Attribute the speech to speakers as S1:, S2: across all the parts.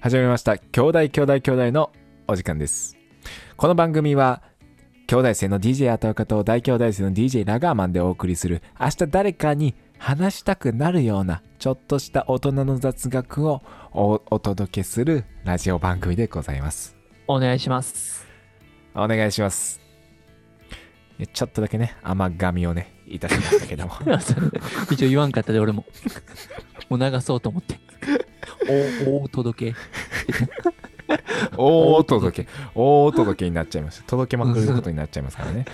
S1: 始めました兄弟兄弟兄弟のお時間ですこの番組は兄弟生の DJ アタオカと大兄弟生の DJ ラガーマンでお送りする明日誰かに話したくなるようなちょっとした大人の雑学をおお届けするラジオ番組でございます
S2: お願いします。
S1: お願いしますえちょっとだけね甘噛みをねいたしましたけども
S2: 一応言わんかったで、俺も。もう流そうと思 って。お、お届け。
S1: おお届けおお届けになっちゃいました届けまくることになっちゃいますからね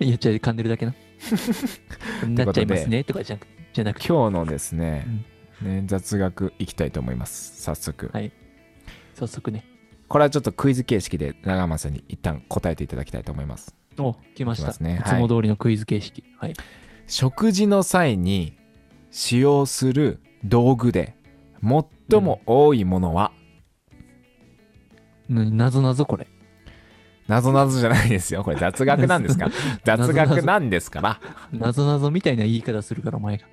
S2: 言っ ちゃい噛んでる だけな。なっちゃいますね、とかじゃなくじゃなくて、
S1: 今日のですね,、ね雑学いきたいと思います早速、
S2: はい早速ね。
S1: これはちょっとクイズ形式で長間さんに一旦答えていただきたいと思います
S2: お、来まし
S1: 来ま
S2: た
S1: す。ね
S2: いつ
S1: はい
S2: も通りのクイズ形式。はい。
S1: 食事の際に使用する道具で最も多いものは、
S2: ななぞなぞこ れ。
S1: 謎々じゃないですよこれ雑学なん ですか雑学なんですから
S2: なぞなぞみたいな言い方するから、お前 が。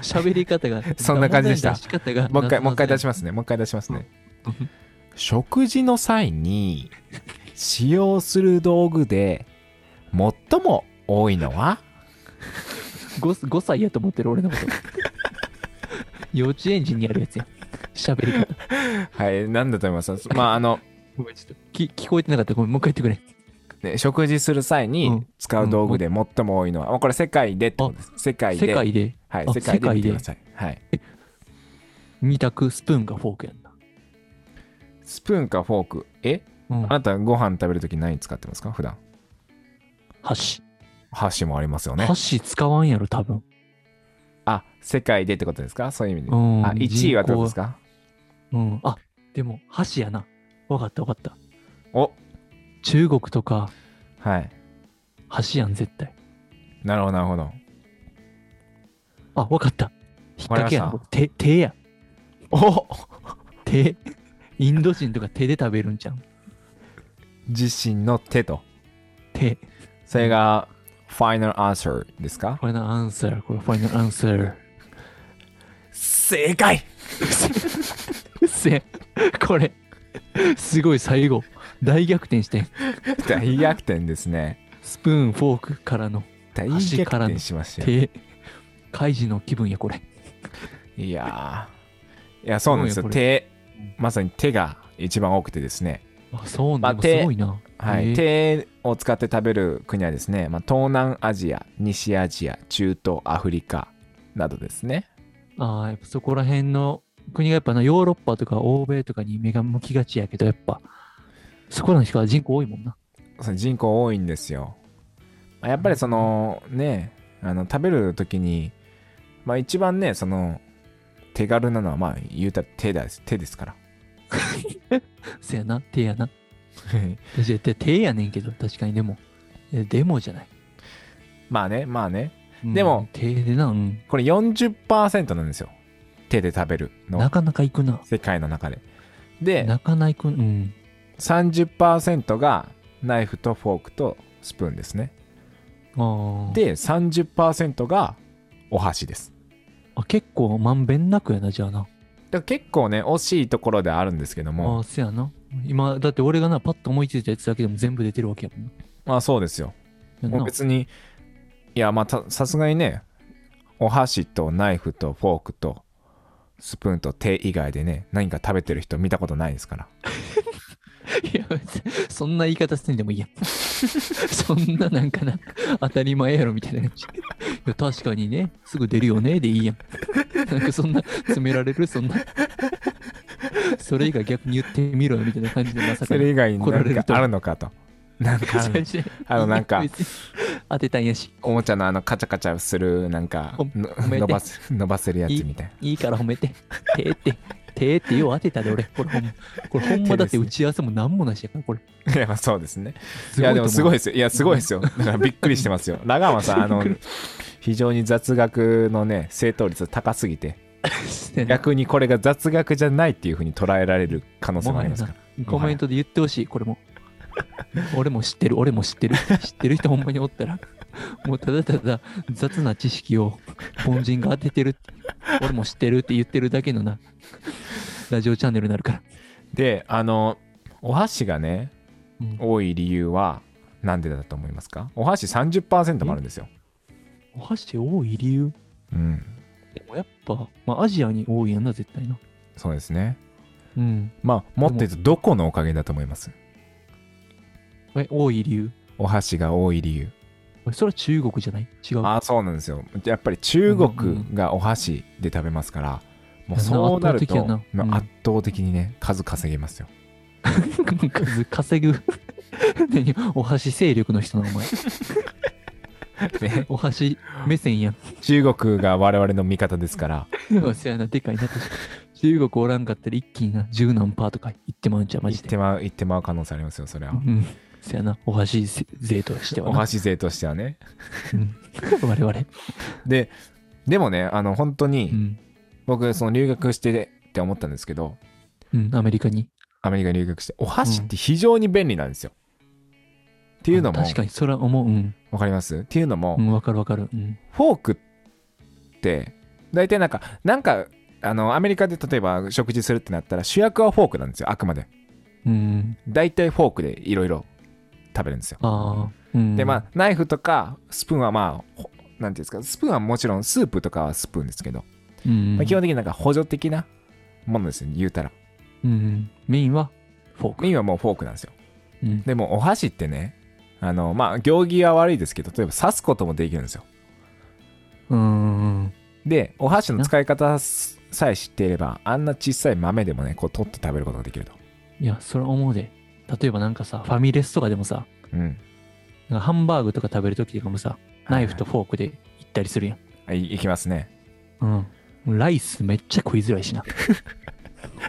S2: 喋り方が。
S1: そんな感じでした
S2: 問題の出し方が
S1: もう一回もう一回出し
S2: ま
S1: ますねもう一回出しますね
S2: うん
S1: 食事の際 に使用する道具で最も多いのは
S2: す。5, 歳やと思ってる 俺のこと。幼稚園児にやるやつや。喋り方。
S1: はい何だと思いますまああの、
S2: ごめん、ちょっと。き聞こえてなかった。ごめん、もう一回言ってくれ。
S1: ね、食事する際
S2: う
S1: に
S2: ん
S1: 使う道具で最も多いのは、もうこれ世界でってことです世界で
S2: 世界で
S1: はい
S2: あ
S1: 世界で見て
S2: 世界で
S1: くださいはい
S2: 2択スプーンかフォークやんな。
S1: スプーンかフォークえ
S2: うん
S1: あ、なたご飯食べるとき何使ってますか普段
S2: 箸。
S1: 箸もありますよね
S2: 箸使わんやろ、多分。
S1: あ世界でってことですかそういう意味で、
S2: うん。
S1: あ1位はどうです
S2: か
S1: か
S2: うん。あ、でも、箸やな。わかったわかった。
S1: お
S2: 中国とか、
S1: はい
S2: 箸やん、絶対。
S1: なるほどなるほど
S2: あ、わかった。引っ掛けや
S1: わか
S2: な。手、手や。
S1: お
S2: 手。インド人とか手で食べるんじゃん。
S1: 自身の手と
S2: 手。
S1: それがファイナルアンサーですか
S2: これのアンサー。これファイナルアンサー。
S1: 正解
S2: うっせえこれ。すごい最後。大逆転してん
S1: 大逆転ですね
S2: スプーン、フォークからの
S1: 大
S2: 足
S1: 逆
S2: からの
S1: 転しましたよ
S2: 手。カイジの気分や、これ。
S1: いやー いやそうなんですよ
S2: すごい
S1: 手まさに手が一番多くてですね、
S2: あ、そう
S1: ま
S2: な
S1: あ
S2: んだ。
S1: 手
S2: すごいな。
S1: はい
S2: えー
S1: 手を使って食べる国はですね、まあ、東南アジア西アジア中東アフリカなどですね
S2: ああ、やっぱそこら辺の国がやっぱな、ヨーロッパとか欧米とかに目が向きがちやけど、やっぱ、そこらの人が人口多いもんな。
S1: その人口多いんですよまあやっぱりそのねあの食べる時に、まあ、一番ねその手軽なのはまあ言うたら手だ手ですから
S2: せやな、手やな。絶対手やねんけど、確かにでも。えでもじゃない。
S1: まあねまあね
S2: うん
S1: でも、
S2: 手でな、うん。
S1: これ40%なんですよ手で食べる
S2: な
S1: の
S2: かなか行くな。
S1: 世界の中でで
S2: なかなか行く、うん。
S1: 30%がナイフとフォークとスプーンですね
S2: ああ。
S1: で30%がお箸です
S2: あ、結構まんべんなくやな、じゃあな。
S1: だから結構ね惜しいところではあるんですけど
S2: あ
S1: も
S2: あ、せやな。今、だって俺がな、パッと思いついたやつだけでも全部出てるわけやもんな
S1: まあそうですよ
S2: やん
S1: もう
S2: な。
S1: 別にいやまあたさすがにねお箸とナイフとフォークとスプーンと手以外でね何か食べてる人見たことないですから
S2: いや、別にそんな言い方せんでもいいや ん。そんななんかな、当たり前やろみたいな感じ。いや、確かにね、すぐ出るよね、でいいやん。なんかそんな、詰められる、そんな。それ以外逆に言ってみろよみたいな感じでま
S1: そ
S2: さかの。
S1: れ以外に
S2: 来られ
S1: 何
S2: る
S1: か
S2: と
S1: あるのかとなんかあるのあのなんか
S2: 別に当てたんやし、
S1: おもちゃのあのカチャカチャするなんか
S2: お
S1: の
S2: めで
S1: 伸ばす伸ばせるやつみたい
S2: いいから褒めて。てって、てってよう当てたで俺。これほんま、これほんまだって
S1: 手ですね
S2: 打ち合わせもなんもなしやから、これ。
S1: な いやまあそうですねい
S2: と思
S1: や
S2: う
S1: でもす ごいですよいやすごいですよだからびっくりして ますよラガーマンさんあの非常に雑学のね正答率高すぎて逆にこれが雑学じゃないっていうふうに捉えられる可能性もありますから
S2: コメントで言ってほしい、こ れも。俺も知ってる、俺も知ってる。知ってる人ほんまにおったら、もうただただ雑な知識を凡人が当ててるって。俺も知ってるって言ってるだけのな。ラジオチャンネルになるから。
S1: であのお箸がね
S2: うん
S1: 多い理由はなんでだと思いますかお箸30%もあるんですよ、
S2: お箸多い理由
S1: うん、
S2: でもやっぱ、まあ、アジアに多いやんな、絶対な。
S1: そうですね
S2: うん。
S1: まあもっと言うとどこのおかげだと思います
S2: え、多い理由
S1: お箸が多い理由
S2: それは中国じゃない違う。
S1: あそうなんですよやっぱり中国がお箸で食べますから、もうそうなると
S2: 圧倒的やなうん
S1: まあ圧倒的にね数稼げますよ
S2: 数 稼ぐ。 何お箸勢力の人な、お前。
S1: ね
S2: お箸目線やん。
S1: 中国が我々の味方ですから
S2: そやな、でかいな。確かに中国おらんかったら一気にな、十何パーとか言ってまうんちゃう、マ
S1: 行っ
S2: ジで。
S1: てまう行ってまう可能性ありますよそれは
S2: うん。そやな、お箸せ勢としては
S1: お
S2: な。
S1: 箸勢としてはね
S2: うん我々。
S1: ででもねあの本当
S2: う
S1: に
S2: ん。
S1: 僕その留学してって思ったんですけど
S2: うん、アメリカに。
S1: アメリカに留学してお箸って非常に便利なんですよ、っていうのも
S2: 確かに、それは思う。うん。
S1: わかりますっていうのも、
S2: うん、わかるわかる。うん。
S1: フォークって大体なんかなんかあのアメリカで例えば食事するってなったら主役はフォークなんですよあくまで
S2: うん。
S1: 大体フォークでいろいろ食べるんですよ、
S2: ああ。うん。
S1: でまあナイフとかスプーンはまあほなんていうんですかスプーンはもちろんスープとかはスプーンですけど、
S2: うん、
S1: まあ基本的になんか補助的なものですね言うたら
S2: うん。メインはフォーク。
S1: メインはもうフォークなんですよ
S2: うん。
S1: でもお箸ってねあのまあ行儀は悪いですけど例えば刺すこともできるんですよ
S2: うん。
S1: でお箸の使い方さえ知っていればあんな小さい豆でもねこう取って食べることができると
S2: いや、それは思うで。例えばなんかさ、ファミレスとかでもさ、
S1: うん
S2: なんかハンバーグとか食べるときとかもさ、ナイフとフォークで行ったりするやん。
S1: はいいきますね
S2: うん。ライスめっちゃ食いづらいしな。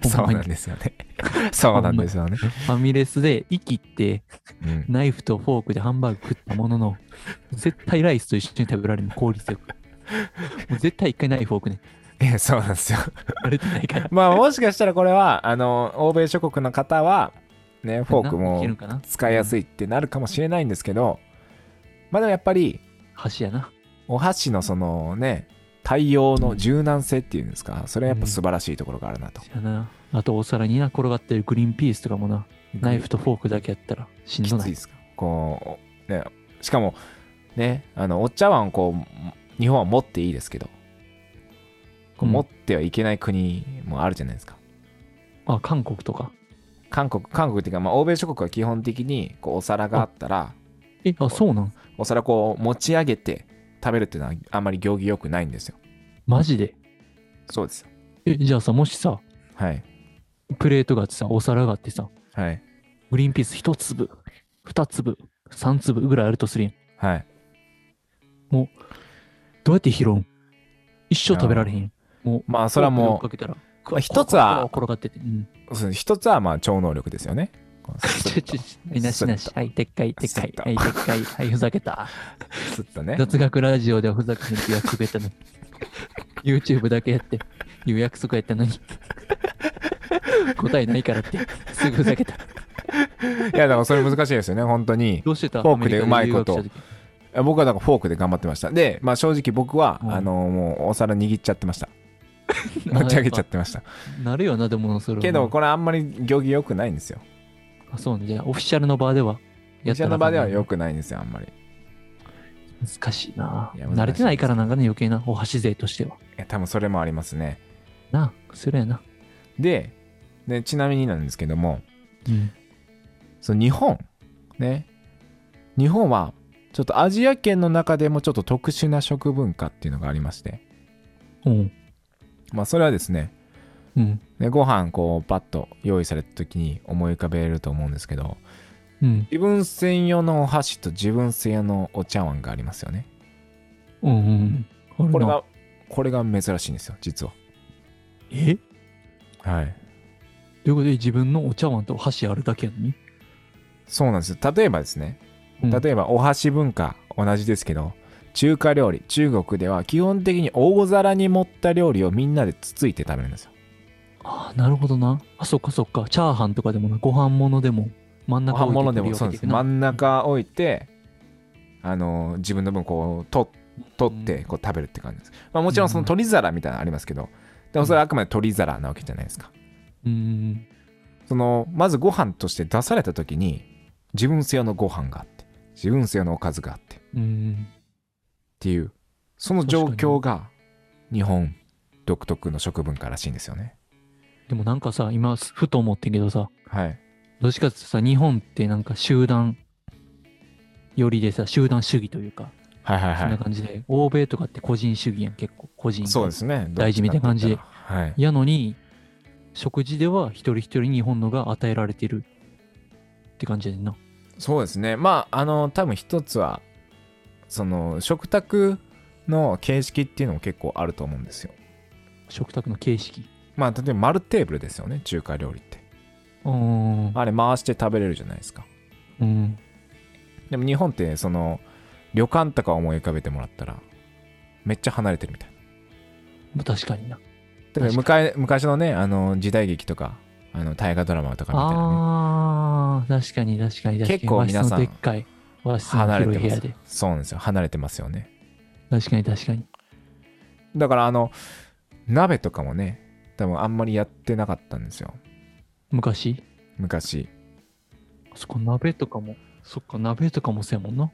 S1: そ
S2: ほん
S1: う
S2: まに
S1: なんですよね そうなんですよね、
S2: ファミレスで息って
S1: うん、
S2: ナイフとフォークでハンバーグ食ったものの、絶対ライスと一緒に食べられるの効率よく。もう絶対一回ナイフフォークね。
S1: えそうなんですよ
S2: 慣れてないから。
S1: まあもしかしたらこれはあの欧米諸国の方はねフォーク
S2: い
S1: も
S2: けるんかな
S1: 使いやすいってなるかもしれないんですけどまあでもやっぱり
S2: 箸やな。
S1: お箸のそのね対応の柔軟性っていうんですかそれはやっぱ素晴らしいところがあるなと、
S2: やな。あとお皿にな、転がってるグリーンピースとかもな、ナイフとフォークだけやったらしん
S1: き
S2: ど
S1: つ
S2: ないい
S1: で。すかこう、ね、しかもねあのお茶碗をこう日本は持っていいですけどこう
S2: うん
S1: 持ってはいけない国もあるじゃないですか、
S2: あ、韓国とか。
S1: 韓国韓国っていうか、まあ、欧米諸国は基本的にこうお皿があったら
S2: え、あ、そうなん
S1: お皿こう持ち上げて食べるっていうのはあんまり行儀良くないんですよ
S2: マジで。
S1: そうですよ
S2: え、じゃあさ、もしさ、
S1: はい
S2: プレートがあってさ、お皿があってさ、
S1: はい
S2: グリーンピース一粒、二粒、三粒ぐらいあるとするやん。
S1: はい
S2: どうやって拾うん一生食べられへん。もう、
S1: まあそれはも
S2: フォークで追っかけた
S1: まあ
S2: ら、
S1: 一つは
S2: 転がってて。うん。
S1: うそう一つはまあ超能力ですよねこうス
S2: ちょ
S1: ッ
S2: ち
S1: と
S2: ょちょなしなし。はい、でっかい、でっかい
S1: スッと。
S2: はい、でっかい。はい、ふざけた。
S1: スッと ね
S2: 雑学ラジオではふざけへんって約束やったのに。YouTube だけやって、いう約束やったのに。答えないからって、すぐふざけた。
S1: いやだからそれ難しいですよね本当に
S2: どうしてた
S1: フォークでうまいこと
S2: アメリカで留学した時
S1: あ僕はだからフォークで頑張ってましたで、まあ、正直僕は、
S2: うん
S1: あのもうお皿握っちゃってま した
S2: あ
S1: 持ち上げちゃってました
S2: なるよな、でもそれは。
S1: けどこれあんまり行儀良くないんですよ
S2: あそうね。じゃあ、オフィシャルの場では。
S1: 医者の場では良
S2: よ
S1: くないんですよあんまりい
S2: 難しいない
S1: や難しいです
S2: 慣れてないからなんかね、余計な、お箸勢としては。
S1: や多分それもありますね
S2: なあ、それやな。
S1: ででちなみになんですけども
S2: うん。
S1: その日本ね日本はちょっとアジア圏の中でもちょっと特殊な食文化っていうのがありまして
S2: うん。
S1: まあそれはですね
S2: うん。
S1: ねご飯こうパッと用意された時に思い浮かべると思うんですけど
S2: うん。
S1: 自分専用のお箸と自分専用のお茶碗がありますよね
S2: うんうん。うん
S1: これ。がこれが珍しいんですよ実は
S2: えと
S1: はい
S2: いうことで、自分のお茶碗とお箸あるだけやのに。
S1: そうなんですよ例えばですね
S2: うん
S1: 例えばお箸文化同じですけど中華料理中国では基本的に大皿に盛った料理をみんなでつついて食べるんですよ
S2: ああ、なるほどな。あ、そっかそっか。チャーハンとかでもな、ご飯物でも、真ん
S1: ご
S2: 中
S1: 飯
S2: 置いて
S1: 物でも
S2: 取り
S1: そう
S2: 分
S1: なんで
S2: けて
S1: す
S2: いくな
S1: 真ん中置いてあの自分の分こう取取ってこう食べるって感じです、まあ、もちろんその取り皿みたいなのありますけどでもそれはあくまで取り皿なわけじゃないですか
S2: うん。
S1: そのまずご飯として出された時に自分専用のご飯があって自分専用のおかずがあってっ
S2: うん。
S1: ていうその状況が日本独特の食文化らしいんですよね
S2: でもなんかさ、今、ふと思ってんけどさ、
S1: はい
S2: どっちかっていうとさ、日本ってなんか集団よりでさ、集団主義というか、
S1: はいはい
S2: そん
S1: は
S2: な感じで、欧米とかって個人主義やん、結構。個人
S1: いそうですね
S2: 大事みたいな感じ
S1: どっちかって言ったらはい
S2: やのに、食事では一人一人日本のが与えられてるって感じやねんな。
S1: そうですねまああの多分一つはその食卓の形式っていうのも結構あると思うんですよ
S2: 食卓の形式。
S1: まあ例えば丸テーブルですよね中華料理って
S2: うーん。
S1: あれ回して食べれるじゃないですか
S2: うん。
S1: でも日本ってその旅館とか思い浮かべてもらったらめっちゃ離れてるみたい
S2: まあ確かにな。
S1: だから昔昔のねあの時代劇とかあの大河ドラマとかみたいなね
S2: ああ、確かに確かに確かに。
S1: 結構皆さん
S2: 和室のでっかい。和室の
S1: 離れ
S2: 広
S1: て
S2: い部
S1: ま
S2: 屋
S1: す
S2: で。
S1: そうなんですよ離れてますよね
S2: 確かに確かに。
S1: だからあの鍋とかもね多分あんまりやってなかったんですよ
S2: 昔
S1: 昔
S2: そっか、鍋とかも。そっか、鍋とかもせやもんな。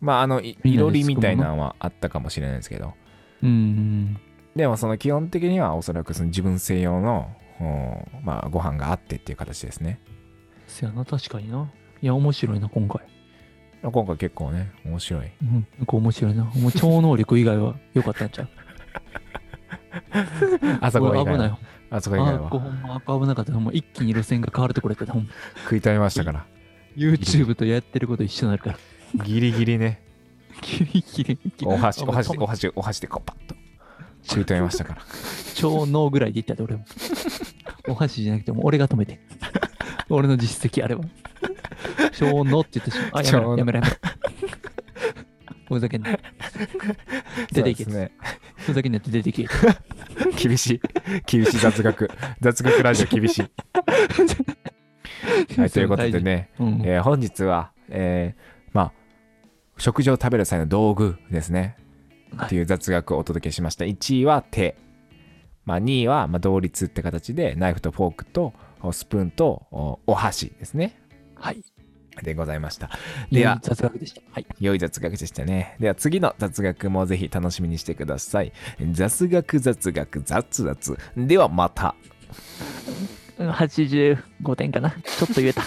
S1: まああのい
S2: みん
S1: い
S2: なで
S1: ろりみたいなのはあったかもしれないですけど
S2: うん。
S1: でもその基本的にはおそらくその自分専用のおーまあご飯があってっていう形ですね
S2: せやな、確かにな。いや、面白いな、今回。
S1: 今回結構ね面白い
S2: うん。なんか面白いな。もう超能力以外は良かったん ちゃう
S1: あそこ以
S2: 俺
S1: 外は
S2: 危ない。
S1: あそこ以外
S2: あここ
S1: は
S2: ほんま危なかった。ほんま一気に路線が変わるところやった。ほんま
S1: 食い止めましたから
S2: YouTube とやってること一緒になるから。
S1: ギリギリね
S2: ギリギリ。
S1: お箸
S2: あ
S1: お箸
S2: も
S1: で
S2: う
S1: お箸お箸でこうパッと食い止めましたから
S2: 超能ぐらいで言った で俺も。お箸じゃなくてもう俺が止めて。 俺の実績あれば。超能って言ってしまう。あ、やめろ
S1: 超能
S2: やめろやめろ。ふざけんな。 出てい け
S1: そうですね
S2: ふざけんなって出ていけ。
S1: 厳しい厳しい雑学雑学ラジオ 厳しい、はい、ということでね、
S2: うん。
S1: えー本日は、えーまあ食事を食べる際の道具ですね
S2: はい
S1: っていう雑学をお届けしました1位は手、まあ、2位はまあ同率って形でナイフとフォークとおスプーンとおお箸ですね
S2: はい。
S1: でございました
S2: で
S1: では
S2: は、雑学でした。はい。
S1: 良い雑学でしたね。では次の雑学もぜひ楽しみにしてください。雑学雑学雑雑。ではまた。
S2: 85点かな。ちょっと言えた。